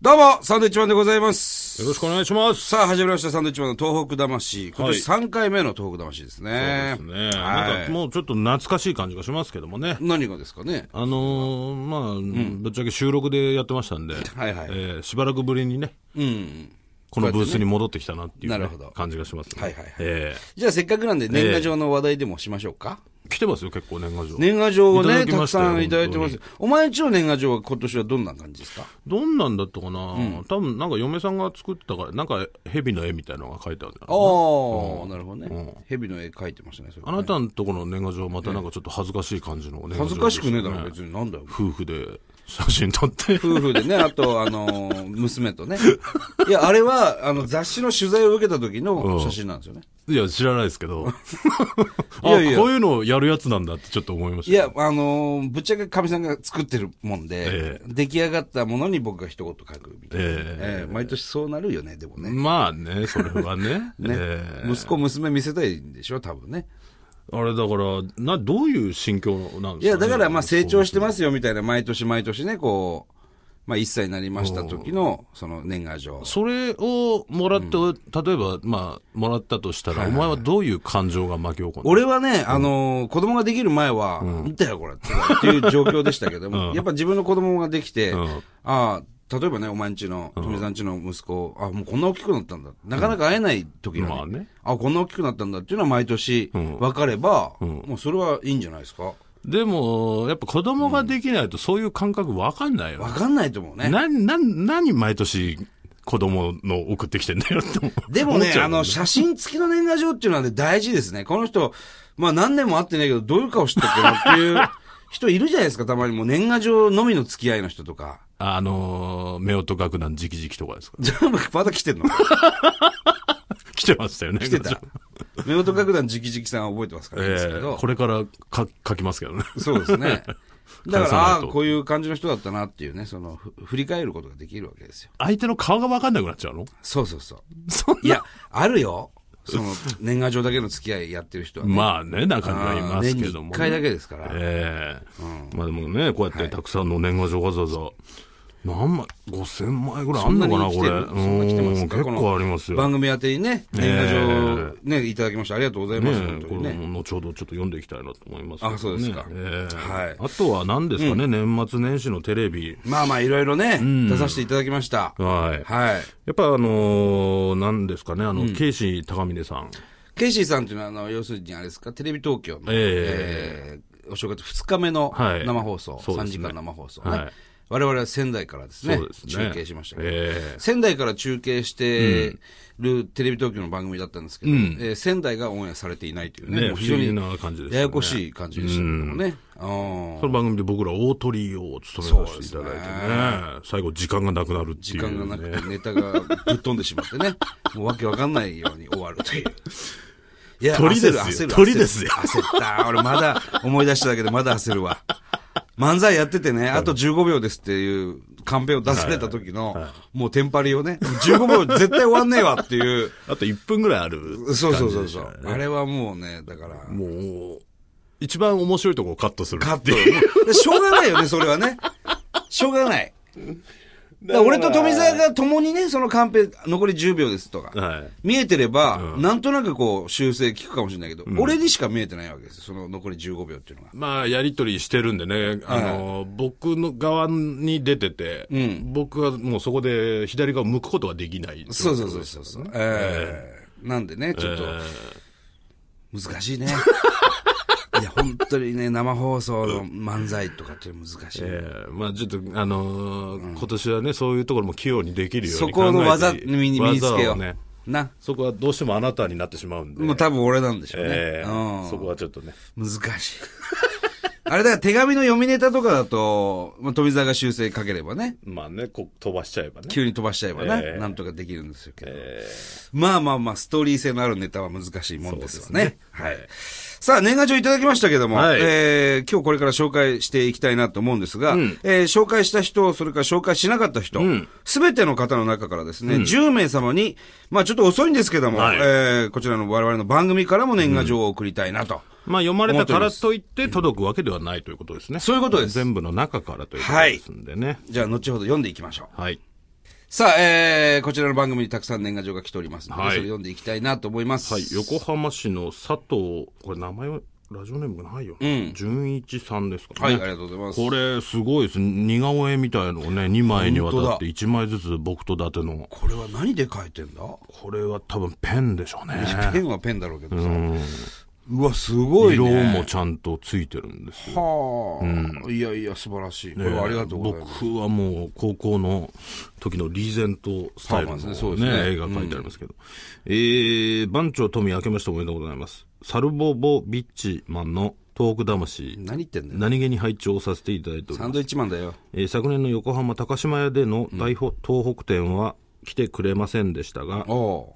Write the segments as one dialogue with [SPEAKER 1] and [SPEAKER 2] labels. [SPEAKER 1] どうも、サンドイッチマンでございます。
[SPEAKER 2] よろしくお願いします。
[SPEAKER 1] さあ、始まりました、サンドイッチマンの東北魂。今年3回目の東北魂ですね。
[SPEAKER 2] そうですね。
[SPEAKER 1] は
[SPEAKER 2] なん
[SPEAKER 1] い
[SPEAKER 2] かもうちょっと懐かしい感じがしますけどもね。
[SPEAKER 1] 何がですかね。
[SPEAKER 2] あのーまあ、ぶっちゃけ収録でやってましたんで、
[SPEAKER 1] はいはい
[SPEAKER 2] えーしばらくぶりにね、
[SPEAKER 1] うん。
[SPEAKER 2] このブースに戻ってきたなっていうね、
[SPEAKER 1] なるほど
[SPEAKER 2] 感じがしますね、
[SPEAKER 1] はいはいはい
[SPEAKER 2] え
[SPEAKER 1] じゃあ、せっかくなんで年賀状の話題でもしましょうか。
[SPEAKER 2] ー来てますよ、結構年賀状。
[SPEAKER 1] 年賀状をね、
[SPEAKER 2] いただき
[SPEAKER 1] た
[SPEAKER 2] ま
[SPEAKER 1] く
[SPEAKER 2] したよ
[SPEAKER 1] さんいただいてます
[SPEAKER 2] 本。
[SPEAKER 1] お前んちの年賀状は今年はどんな感じですか
[SPEAKER 2] どんなんだったかな、多分なんか嫁さんが作ってたから、なんか蛇の絵みたいなのが書いてあるんだ
[SPEAKER 1] ああ
[SPEAKER 2] よ
[SPEAKER 1] ー、なるほどね。蛇の絵描いてましたね、それ
[SPEAKER 2] なあなたのところの年賀状、またなんかちょっと恥ずかしい感じの年賀
[SPEAKER 1] 恥ず
[SPEAKER 2] 状でした、
[SPEAKER 1] かしくねえだろ、別に。なんだよ。
[SPEAKER 2] 夫婦で写真撮って。
[SPEAKER 1] 夫婦で ね、あと、あのー、娘とね。いや、あれは、あの、雑誌の取材を受けた時の写真なんですよね。
[SPEAKER 2] いや、知らないですけ ど。あ
[SPEAKER 1] いやいや
[SPEAKER 2] こういうのをやるやつなんだってちょっと思いました。
[SPEAKER 1] いや、あのーぶっちゃけかみさんが作ってるもんで、
[SPEAKER 2] え
[SPEAKER 1] 出来上がったものに僕が一言書くみたいな。
[SPEAKER 2] え
[SPEAKER 1] ええ毎年そうなるよね、でも
[SPEAKER 2] え
[SPEAKER 1] ね。
[SPEAKER 2] まあね、それはね。
[SPEAKER 1] ね
[SPEAKER 2] ええ
[SPEAKER 1] 息子、娘見せたいんでしょ、多分ね。
[SPEAKER 2] あれだから、な、どういう心境なん
[SPEAKER 1] い
[SPEAKER 2] です
[SPEAKER 1] や、
[SPEAKER 2] か、ね、
[SPEAKER 1] だからまあ成長してますよみたいな、毎年毎年ね、こう、まあ1歳になりました時の、その年賀状。
[SPEAKER 2] それをもらって、例えば、まあ、もらったとしたら、お前はどういう感情が巻き起こるの
[SPEAKER 1] 俺はね、あのー子供ができる前は、見たよ、これ、っていう状況でしたけども、やっぱ自分の子供ができて、
[SPEAKER 2] ん
[SPEAKER 1] ああ、例えばね、お前んちの、富さんちの息子、あもうこんな大きくなったんだ。なかなか会えない時
[SPEAKER 2] ま
[SPEAKER 1] が
[SPEAKER 2] あ
[SPEAKER 1] ね
[SPEAKER 2] ね、
[SPEAKER 1] あこんな大きくなったんだっていうのは毎年分かれば、もうそれはいいんじゃないですか。
[SPEAKER 2] でも、やっぱ子供ができないとそういう感覚わかんないよ。
[SPEAKER 1] 分かんないと思うね。
[SPEAKER 2] な、な、何毎年子供の送ってきてんだよって思う
[SPEAKER 1] でも
[SPEAKER 2] 思っ
[SPEAKER 1] ね、
[SPEAKER 2] ちゃ
[SPEAKER 1] あ
[SPEAKER 2] うよ
[SPEAKER 1] の、写真付きの年賀状っていうのはね、大事ですね。この人、まあ何年も会ってないけど、どういう顔してたっけなっていう人いるじゃないですか、たまにもう年賀状のみの付き合いの人とか。
[SPEAKER 2] あのー、夫婦楽団直々とかですか。
[SPEAKER 1] じゃあ、また来てんの
[SPEAKER 2] 来てましたよね。
[SPEAKER 1] 来て た。夫婦楽団直々さんは覚えてますからねですけ
[SPEAKER 2] ええ
[SPEAKER 1] ど。
[SPEAKER 2] これからか書きますけどね。
[SPEAKER 1] そうですね。だ
[SPEAKER 2] 返
[SPEAKER 1] か
[SPEAKER 2] さ
[SPEAKER 1] ら、あ
[SPEAKER 2] な
[SPEAKER 1] あ
[SPEAKER 2] いと
[SPEAKER 1] ー、こういう感じの人だったなっていうね、その、ふ振り返ることができるわけですよ。
[SPEAKER 2] 相手の顔が分かんなくなっちゃうの
[SPEAKER 1] そうそう そう。
[SPEAKER 2] そんない
[SPEAKER 1] や、あるよ。その、年賀状だけの付き合いやってる人はね。
[SPEAKER 2] まあね、中にはい
[SPEAKER 1] あー
[SPEAKER 2] ます
[SPEAKER 1] 年
[SPEAKER 2] け
[SPEAKER 1] に
[SPEAKER 2] ども、
[SPEAKER 1] 1回だけですから。
[SPEAKER 2] ええまあでもね、こうやってたくさんの年賀状わざわざ、何枚、5000枚ぐらいあんのかな、
[SPEAKER 1] に来
[SPEAKER 2] こ
[SPEAKER 1] て
[SPEAKER 2] れ。
[SPEAKER 1] るそんな来てます
[SPEAKER 2] うん
[SPEAKER 1] か
[SPEAKER 2] 結
[SPEAKER 1] この
[SPEAKER 2] 構ありますよ。
[SPEAKER 1] 番組宛てにね、年賀状、ね、いただきました。ありがとうございます。
[SPEAKER 2] ね
[SPEAKER 1] 本、当
[SPEAKER 2] こ
[SPEAKER 1] に
[SPEAKER 2] れ
[SPEAKER 1] ね。
[SPEAKER 2] も後ほどちょっと読んでいきたいなと思いますけどね、
[SPEAKER 1] あそうですか
[SPEAKER 2] ええ
[SPEAKER 1] はい
[SPEAKER 2] あとは何ですかね、年末年始のテレビ。
[SPEAKER 1] まあまあ、いろいろね、出させていただきました。
[SPEAKER 2] はい。
[SPEAKER 1] はい。
[SPEAKER 2] やっぱあのー、何ですかね、あの、ケイシー高峰さん。
[SPEAKER 1] ケイシーさんっていうのは、あの、要するにあれですか、テレビ東京の、え
[SPEAKER 2] え
[SPEAKER 1] ーお正月2日目の
[SPEAKER 2] はい
[SPEAKER 1] 生放送、
[SPEAKER 2] そう
[SPEAKER 1] 3
[SPEAKER 2] です
[SPEAKER 1] 時
[SPEAKER 2] ね
[SPEAKER 1] 間生放送ね。
[SPEAKER 2] はい
[SPEAKER 1] 我々は仙台からですね
[SPEAKER 2] そうですね
[SPEAKER 1] 中継しましたけど、
[SPEAKER 2] ええ
[SPEAKER 1] 仙台から中継してるテレビ東京の番組だったんですけど、えー仙台がオンエアされていないというね、
[SPEAKER 2] ね
[SPEAKER 1] もう非常
[SPEAKER 2] 不
[SPEAKER 1] に
[SPEAKER 2] 思議な感じですよね
[SPEAKER 1] ややこしい感じでしたけどもね。あ
[SPEAKER 2] そ
[SPEAKER 1] ー
[SPEAKER 2] の番組で僕ら大鳥を務めさせていただいてね。最後時間がなくなるってい
[SPEAKER 1] 時間
[SPEAKER 2] う、ね。
[SPEAKER 1] がなくてネタがぶっ飛んでしまって ね、もうわけわかんないように終わるという。いや
[SPEAKER 2] 鳥ですよ
[SPEAKER 1] 焦る焦る
[SPEAKER 2] 鳥ですよ
[SPEAKER 1] 焦った。俺まだ思い出しただけでまだ焦るわ。漫才やっててね、あと15秒ですっていうカンペを出された時の、もうテンパリをね、15秒絶対終わんねえわって いう。
[SPEAKER 2] あと1分ぐらいある。
[SPEAKER 1] そうそうそうそう。あれはもうね、だから。
[SPEAKER 2] もう、一番面白いとこをカットする
[SPEAKER 1] カッ
[SPEAKER 2] っていう。
[SPEAKER 1] ト。でしょうがないよね、それはね。しょうがない。だから俺と富澤が共にね、そのカンペ、残り10秒ですとか。
[SPEAKER 2] はい
[SPEAKER 1] 見えてれば、なんとなくこう、修正聞くかもしれないけど、俺にしか見えてないわけですよ、その残り15秒っていうのが。
[SPEAKER 2] まあ、やりとりしてるんでね、あの、僕の側に出てて、僕はもうそこで左側を向くことができない。
[SPEAKER 1] そうそうそうそうそう。ええなんでね、ちょっと、難しいね。 いや、本当にね、生放送の漫才とかって難しい。
[SPEAKER 2] えーまあちょっと、あのー今年はね、そういうところも器用にできるよう
[SPEAKER 1] そ
[SPEAKER 2] に考えて
[SPEAKER 1] この技身に身につけ
[SPEAKER 2] 技
[SPEAKER 1] よ
[SPEAKER 2] をね
[SPEAKER 1] う。な。
[SPEAKER 2] そこはどうしてもあなたになってしまうんで。
[SPEAKER 1] もう多分俺なんでしょうね。
[SPEAKER 2] えー
[SPEAKER 1] うん
[SPEAKER 2] そこはちょっとね。
[SPEAKER 1] 難しい。 あれだから手紙の読みネタとかだと、まあ、富澤が修正かければね、
[SPEAKER 2] まあね、こう飛ばしちゃえばね。
[SPEAKER 1] 急に飛ばしちゃえばね、
[SPEAKER 2] ええ
[SPEAKER 1] なんとかできるんですよけど。
[SPEAKER 2] え
[SPEAKER 1] まあまあまあ、ストーリー性のあるネタは難しいもんですよね。
[SPEAKER 2] そう
[SPEAKER 1] は
[SPEAKER 2] ですね
[SPEAKER 1] い。さあ、年賀状いただきましたけども、
[SPEAKER 2] はい
[SPEAKER 1] えー今日これから紹介していきたいなと思うんですが、えー紹介した人、それから紹介しなかった人、すべ、ての方の中からですね、10名様に、まあちょっと遅いんですけども、
[SPEAKER 2] はい
[SPEAKER 1] えーこちらの我々の番組からも年賀状を送りたいなと。
[SPEAKER 2] ーまあ読まれたからといって届くわけではないということですね。
[SPEAKER 1] そういうことです
[SPEAKER 2] 全部の中からということですんでね。
[SPEAKER 1] じゃあ、後ほど読んでいきましょう。
[SPEAKER 2] はい。
[SPEAKER 1] さあ、えー、こちらの番組にたくさん年賀状が来ておりますので、
[SPEAKER 2] はい
[SPEAKER 1] それ読んでいきたいなと思います。
[SPEAKER 2] はい、横浜市の佐藤、これ名前は、ラジオネームがないよ。
[SPEAKER 1] ん
[SPEAKER 2] 純一さんですかね。
[SPEAKER 1] はい、ありがとうございます。
[SPEAKER 2] これ、すごいです。似顔絵みたいのをね、2枚にわ
[SPEAKER 1] 本当
[SPEAKER 2] た
[SPEAKER 1] だ
[SPEAKER 2] って、1枚ずつ僕と伊達の。
[SPEAKER 1] これは何で書いてんだ
[SPEAKER 2] これは多分ペンでしょうね。
[SPEAKER 1] ペンはペンだろうけどさ。
[SPEAKER 2] うん
[SPEAKER 1] うわ、すごい
[SPEAKER 2] 色
[SPEAKER 1] ね。
[SPEAKER 2] もちゃんとついてるんですよ。
[SPEAKER 1] はあ、いやいや、素晴らしい。これはありがとうございます。
[SPEAKER 2] 僕はもう高校の時のリーゼントスタイルの、
[SPEAKER 1] パーマ
[SPEAKER 2] ね
[SPEAKER 1] ですねそうですね
[SPEAKER 2] 映画書いてありますけど。えー、番長富明けましておめでとうございます。サルボボビッチマンの東北魂、
[SPEAKER 1] 何言ってんだよ。
[SPEAKER 2] 何気に拝聴させていただいております
[SPEAKER 1] サンドイッチマンだよ。
[SPEAKER 2] えー昨年の横浜高島屋での大ほ東北店は来てくれませんでしたが、
[SPEAKER 1] お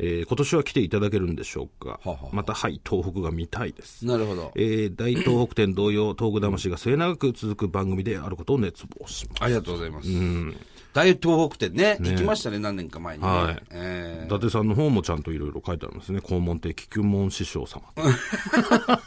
[SPEAKER 2] えー今年は来ていただけるんでしょうか、
[SPEAKER 1] はは
[SPEAKER 2] またはい東北が見たいです
[SPEAKER 1] う、なるほど。
[SPEAKER 2] えー大東北店同様東北魂が末永く続く番組であることを熱望します
[SPEAKER 1] ありがとうございます。大東北店ね、行きましたね、何年か前にね。
[SPEAKER 2] はい
[SPEAKER 1] え
[SPEAKER 2] 伊達さんの方もちゃんといろいろ書いてありますね肛門亭菊門師匠様、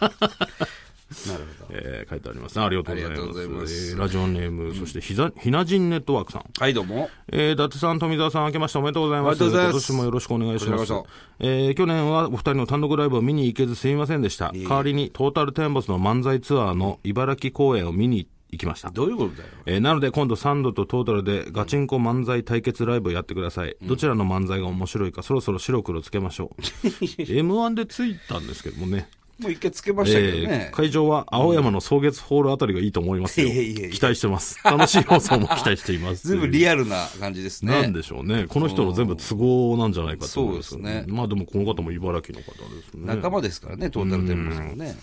[SPEAKER 1] ーなるほど。
[SPEAKER 2] えー書いてありますねありがとうござい
[SPEAKER 1] ありがとう
[SPEAKER 2] ま
[SPEAKER 1] ご
[SPEAKER 2] す
[SPEAKER 1] ざいます
[SPEAKER 2] えーラジオネーム、そしてひざひなじんネットワークさん
[SPEAKER 1] はい、どうも。
[SPEAKER 2] えー、伊達さん、富澤さん、明けましておめでとうございます。
[SPEAKER 1] おめでとうございます
[SPEAKER 2] 今年もよろしくお願いし
[SPEAKER 1] こ
[SPEAKER 2] ま
[SPEAKER 1] ち
[SPEAKER 2] す
[SPEAKER 1] らこ。
[SPEAKER 2] えー、去年はお二人の単独ライブを見に行けずすみませんでした。代わりにトータルテンボスの漫才ツアーの茨城公演を見に行きました。
[SPEAKER 1] どういうことだよ。
[SPEAKER 2] えーなので今度サンドとトータルでガチンコ漫才対決ライブをやってください。どちらの漫才が面白いかそろそろ白黒つけましょう。M1 でついたんですけどもね。
[SPEAKER 1] もう一回つけましたけどね
[SPEAKER 2] えー。会場は青山の草月ホールあたりがいいと思いますよ。
[SPEAKER 1] いやいやいや
[SPEAKER 2] 期待してます。楽しい放送も期待してい ます。
[SPEAKER 1] ずいぶんリアルな感じです
[SPEAKER 2] な
[SPEAKER 1] ね。
[SPEAKER 2] んでしょうね。この人の全部都合なんじゃないかと思うんですけど、
[SPEAKER 1] そうですね
[SPEAKER 2] まあでもこの方も茨城の方ですね。
[SPEAKER 1] 仲間ですからね、トータルテンボスもね。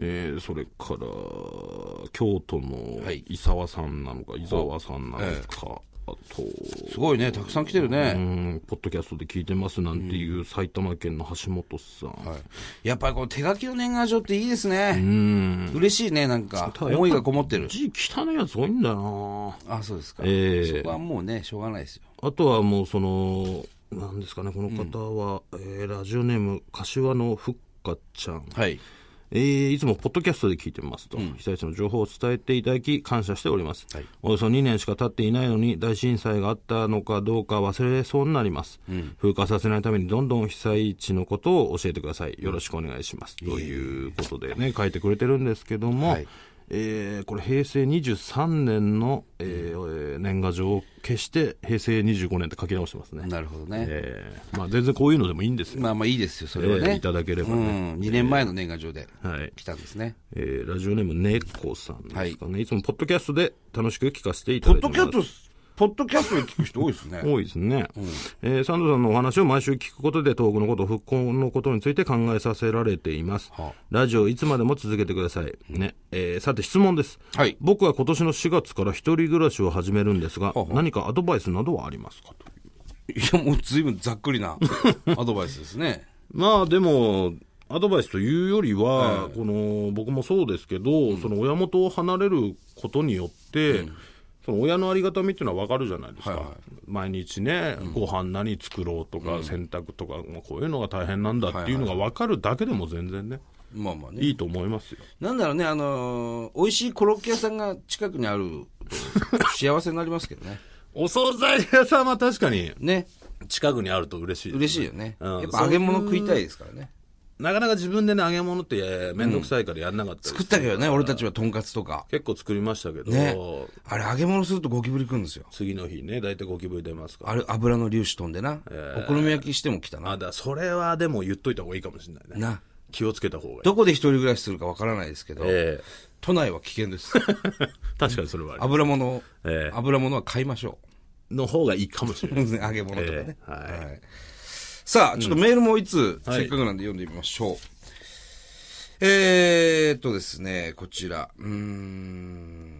[SPEAKER 2] えーそれから、京都の
[SPEAKER 1] はい
[SPEAKER 2] 伊沢さんなのか、伊沢さんなのか、あと、
[SPEAKER 1] すごいね、たくさん来てる
[SPEAKER 2] う
[SPEAKER 1] ね。
[SPEAKER 2] ん、ポッドキャストで聞いてますなんていう埼玉県の橋本さん。
[SPEAKER 1] はいやっぱりこの手書きの年賀状っていいです
[SPEAKER 2] う
[SPEAKER 1] ね。
[SPEAKER 2] ん。
[SPEAKER 1] 嬉しいね、なんか。
[SPEAKER 2] ただやっぱ
[SPEAKER 1] 思いがこもってる。
[SPEAKER 2] 字汚いやつ多いんだな
[SPEAKER 1] あ、そうですか。
[SPEAKER 2] ええ
[SPEAKER 1] そこはもうね、しょうがないですよ。
[SPEAKER 2] あとはもうその、なんですかね、この方は、えーラジオネーム、柏のふっかちゃん。
[SPEAKER 1] はい。
[SPEAKER 2] えーいつもポッドキャストで聞いてますと、被災地の情報を伝えていただき、感謝しております、
[SPEAKER 1] はい
[SPEAKER 2] およそ2年しか経っていないのに、大震災があったのかどうか忘れそうになります、風化させないために、どんどん被災地のことを教えてください、よろしくお願いします、ということでね、書いてくれてるんですけども、
[SPEAKER 1] はい
[SPEAKER 2] えーこれ、平成23年の、えーえー年賀状を消して、平成25年って書き直してますね。
[SPEAKER 1] なるほどね。
[SPEAKER 2] えーまあ、全然こういうのでもいいんですよ、
[SPEAKER 1] まあまあいいですよ、それは
[SPEAKER 2] え
[SPEAKER 1] ね。
[SPEAKER 2] ーいただければね
[SPEAKER 1] うん。2年前の年賀状で
[SPEAKER 2] はい
[SPEAKER 1] 来たんですね。
[SPEAKER 2] えーラジオネーム、猫さんですかね、い。つもポッドキャストで楽しく聞かせていた
[SPEAKER 1] ポ
[SPEAKER 2] だ
[SPEAKER 1] ッ
[SPEAKER 2] いて
[SPEAKER 1] ド
[SPEAKER 2] ま
[SPEAKER 1] キャ
[SPEAKER 2] す。
[SPEAKER 1] スト、ポッドキャストで聞く人多いですね。
[SPEAKER 2] 多いですね、えーサンドさんのお話を毎週聞くことで東北のこと復興のことについて考えさせられています、
[SPEAKER 1] はあ
[SPEAKER 2] ラジオいつまでも続けてください、ねえーさて質問です、
[SPEAKER 1] はい
[SPEAKER 2] 僕は今年の4月から一人暮らしを始めるんですが、何かアドバイスなどはありますかと
[SPEAKER 1] いや、もう随分ざっくりな アドバイスですね。
[SPEAKER 2] まあでもアドバイスというよりは、この僕もそうですけど、その親元を離れることによって、その親のありがたみっていうのは分かるじゃないですか、
[SPEAKER 1] はいはい
[SPEAKER 2] 毎日ね、ご飯何作ろうとか、洗濯とか、まあこういうのが大変なんだっていうのが分かるだけでも全然ね、
[SPEAKER 1] まあまあ
[SPEAKER 2] い
[SPEAKER 1] ね。
[SPEAKER 2] いと思いますよ。
[SPEAKER 1] なんだろうね、あのー美味しいコロッケ屋さんが近くにあると幸せになりますけどね。
[SPEAKER 2] お惣菜屋さんは確かに
[SPEAKER 1] ね。
[SPEAKER 2] 近くにあると嬉しいですね
[SPEAKER 1] 嬉しいよね。
[SPEAKER 2] うん
[SPEAKER 1] やっぱ揚げ物食いたいですからね。
[SPEAKER 2] なかなか自分でね、揚げ物って面倒くさいからやんなかったり
[SPEAKER 1] 食ったけどね、俺たちはとんかつとか。
[SPEAKER 2] 結構作りましたけど、
[SPEAKER 1] ね。あれ揚げ物するとゴキブリ食うんですよ。
[SPEAKER 2] 次の日ね、大体ゴキブリ出ますから
[SPEAKER 1] あれ油の粒子飛んでな。お好み焼きしても来たな。
[SPEAKER 2] あ、だ、それはでも言っといた方がいいかもしれないね。
[SPEAKER 1] な。
[SPEAKER 2] 気をつけた方がいい。
[SPEAKER 1] どこで一人暮らしするかわからないですけど、
[SPEAKER 2] え
[SPEAKER 1] 都内は危険 です。
[SPEAKER 2] え確かにそれはあり
[SPEAKER 1] 油物を、
[SPEAKER 2] ええ
[SPEAKER 1] 油物は買いましょ
[SPEAKER 2] の方がいいかもしれ
[SPEAKER 1] う。
[SPEAKER 2] ない。
[SPEAKER 1] 揚げ物とかね
[SPEAKER 2] え。えはい
[SPEAKER 1] はいさあ、ちょっとメールもいつ、
[SPEAKER 2] はい
[SPEAKER 1] せっかくなんで読んでみましょう。えーっとですね、こちら。うーん。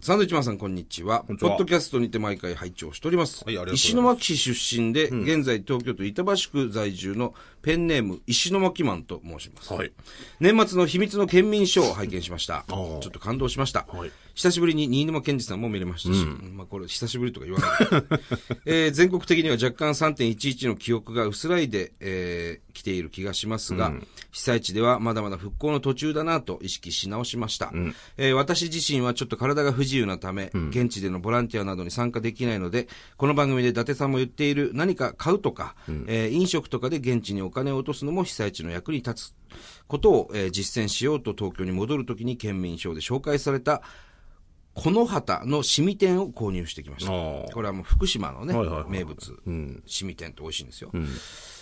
[SPEAKER 1] サンドイッチマンさん、こんにちは。
[SPEAKER 2] んにち
[SPEAKER 1] ポ
[SPEAKER 2] は
[SPEAKER 1] ッドキャストにて毎回拝聴しております。
[SPEAKER 2] はいありがとうございます
[SPEAKER 1] 石巻市出身で、現在東京都板橋区在住のペンネーム、石巻マンと申します。
[SPEAKER 2] はい。
[SPEAKER 1] 年末の秘密の県民賞を拝見しました。ち
[SPEAKER 2] ー
[SPEAKER 1] ょっと感動しました。
[SPEAKER 2] はい
[SPEAKER 1] 久しぶりに新沼健治さんも見れましたし、まあこれ久しぶりとか言わ ない、えー全国的には若干3.11の記憶が薄らいで、えー来ている気がしますが、被災地ではまだまだ復興の途中だなと意識し直しました、えー私自身はちょっと体が不自由なため、現地でのボランティアなどに参加できないので、この番組で伊達さんも言っている何か買うとか、えー飲食とかで現地にお金を落とすのも被災地の役に立つことを、えー実践しようと東京に戻るときに県民賞で紹介されたこの旗のシミ店を購入してきました。
[SPEAKER 2] あー
[SPEAKER 1] これはもう福島のね、
[SPEAKER 2] はいはいはい
[SPEAKER 1] 名物、シミ店って美味しいんですよ。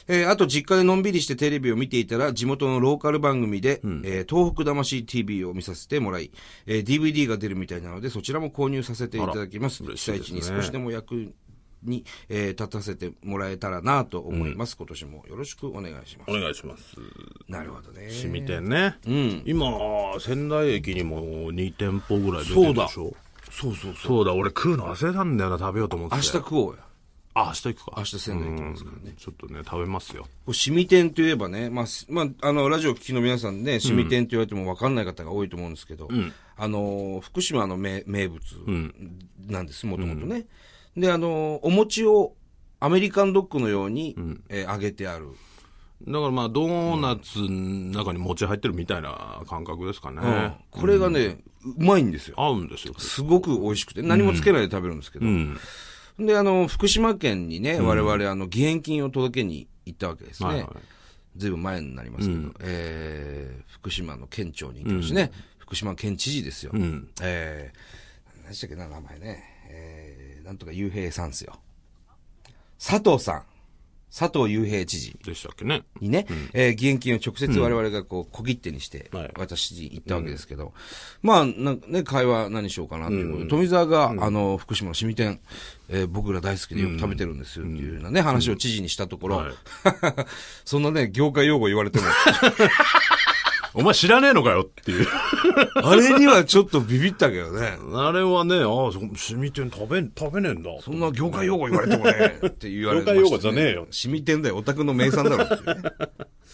[SPEAKER 1] えーあと実家でのんびりしてテレビを見ていたら地元のローカル番組で、えー東北魂 TV を見させてもらい、えー DVD が出るみたいなのでそちらも購入させていただきます。
[SPEAKER 2] あら
[SPEAKER 1] 被
[SPEAKER 2] 嬉しい
[SPEAKER 1] 災
[SPEAKER 2] ですね
[SPEAKER 1] 地に少しでも役に、えー立たせてもらえたらなと思います、今年もよろしくお願いします
[SPEAKER 2] お。願いします。
[SPEAKER 1] なるほどね。
[SPEAKER 2] 市民店ね。今、仙台駅にも2店舗ぐらい出てるでしょ。
[SPEAKER 1] そうそうそう。
[SPEAKER 2] そうだ、俺食うの忘れたんだよな、食べようと思って
[SPEAKER 1] 明
[SPEAKER 2] て。
[SPEAKER 1] 日食おうや。
[SPEAKER 2] あ、明日行くか。
[SPEAKER 1] 明日仙台行きます
[SPEAKER 2] からね。ちょっとね、食べますよ。
[SPEAKER 1] こうシミ店といえばね、まあ、すまあ、あの、ラジオ聞きの皆さんね、シミ店って言われても分かんない方が多いと思うんですけど、あのー、福島の名名物なんです、もともとね。で、あのー、お餅をアメリカンドッグのように、えー揚げてある。
[SPEAKER 2] だからまあ、ドーナツの中に餅入ってるみたいな感覚ですかね。
[SPEAKER 1] これがね、うまいんですよ。
[SPEAKER 2] 合うんですよ。
[SPEAKER 1] すごく美味しくて、何もつけないで食べるんですけど。
[SPEAKER 2] うん。
[SPEAKER 1] で、あの、福島県にね、我々、あの、義援金を届けに行ったわけですね。
[SPEAKER 2] はいはい
[SPEAKER 1] ずいぶん前になりますけど、えー福島の県庁に行きましたね、福島県知事ですよ。
[SPEAKER 2] うん。
[SPEAKER 1] えー、何でしたっけな、名前ね。えー、なんとか雄平さんですよ。佐藤さん。佐藤雄平知事
[SPEAKER 2] でしたっけね。
[SPEAKER 1] にね、えー義援金を直接我々がこう、小切手にして
[SPEAKER 2] はい、
[SPEAKER 1] 私に行ったわけですけど、まあ、なんかね、会話何しようかなっていうことで、富澤が、あの、福島の市民店、えー僕ら大好きでよく食べてるんですよっていうようなね、話を知事にしたところ、
[SPEAKER 2] はい
[SPEAKER 1] そんなね、業界用語言われて も、
[SPEAKER 2] お前知らねえのかよっていう。
[SPEAKER 1] あれにはちょっとビビったけどね。
[SPEAKER 2] あれはね、ああ、そシミ店食べん、食べねえんだ。
[SPEAKER 1] そんな業界用語言われてもね、って言われました、ね。
[SPEAKER 2] 業界用語じゃねえよ
[SPEAKER 1] 染みてんだよ、オタクの名産だろっていうね、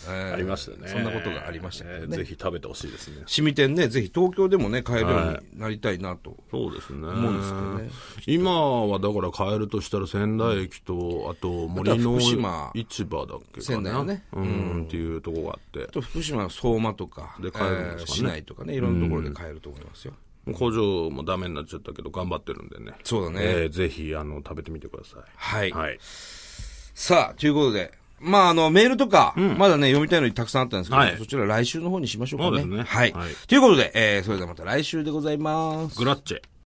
[SPEAKER 1] えー
[SPEAKER 2] ありましたね。
[SPEAKER 1] そんなことがありましたけ
[SPEAKER 2] ね
[SPEAKER 1] ど。
[SPEAKER 2] ぜ
[SPEAKER 1] ね。
[SPEAKER 2] ひ食べてほしいですね。
[SPEAKER 1] 染みてんね、ぜひ東京でもね、買えるようになりたいなと。
[SPEAKER 2] そうですね。
[SPEAKER 1] 思うんですけどね
[SPEAKER 2] 今はだから変えるとしたら仙台駅と、あと森の
[SPEAKER 1] あとは福島
[SPEAKER 2] 市場だっけかな。
[SPEAKER 1] 仙台のね
[SPEAKER 2] うん、っていうとこがあって
[SPEAKER 1] あ。と福島の相馬とか、
[SPEAKER 2] で買えるん
[SPEAKER 1] えー
[SPEAKER 2] ですかね
[SPEAKER 1] 市内とかね、いろんなところで買えると思いますよ。
[SPEAKER 2] 工場もダメになっちゃったけど頑張ってるんでね。
[SPEAKER 1] そうだね
[SPEAKER 2] えーぜひ、あの、食べてみてくださ
[SPEAKER 1] はい
[SPEAKER 2] い。。はい。
[SPEAKER 1] さあ、ということで。まあ、あの、メールとか、まだね、読みたいのにたくさんあったんですけど、
[SPEAKER 2] はい
[SPEAKER 1] そちら来週の方にしましょうかね。
[SPEAKER 2] そうですね
[SPEAKER 1] はい。
[SPEAKER 2] はい
[SPEAKER 1] ということで、えー、それではまた来週でございます。
[SPEAKER 2] グラッチェ。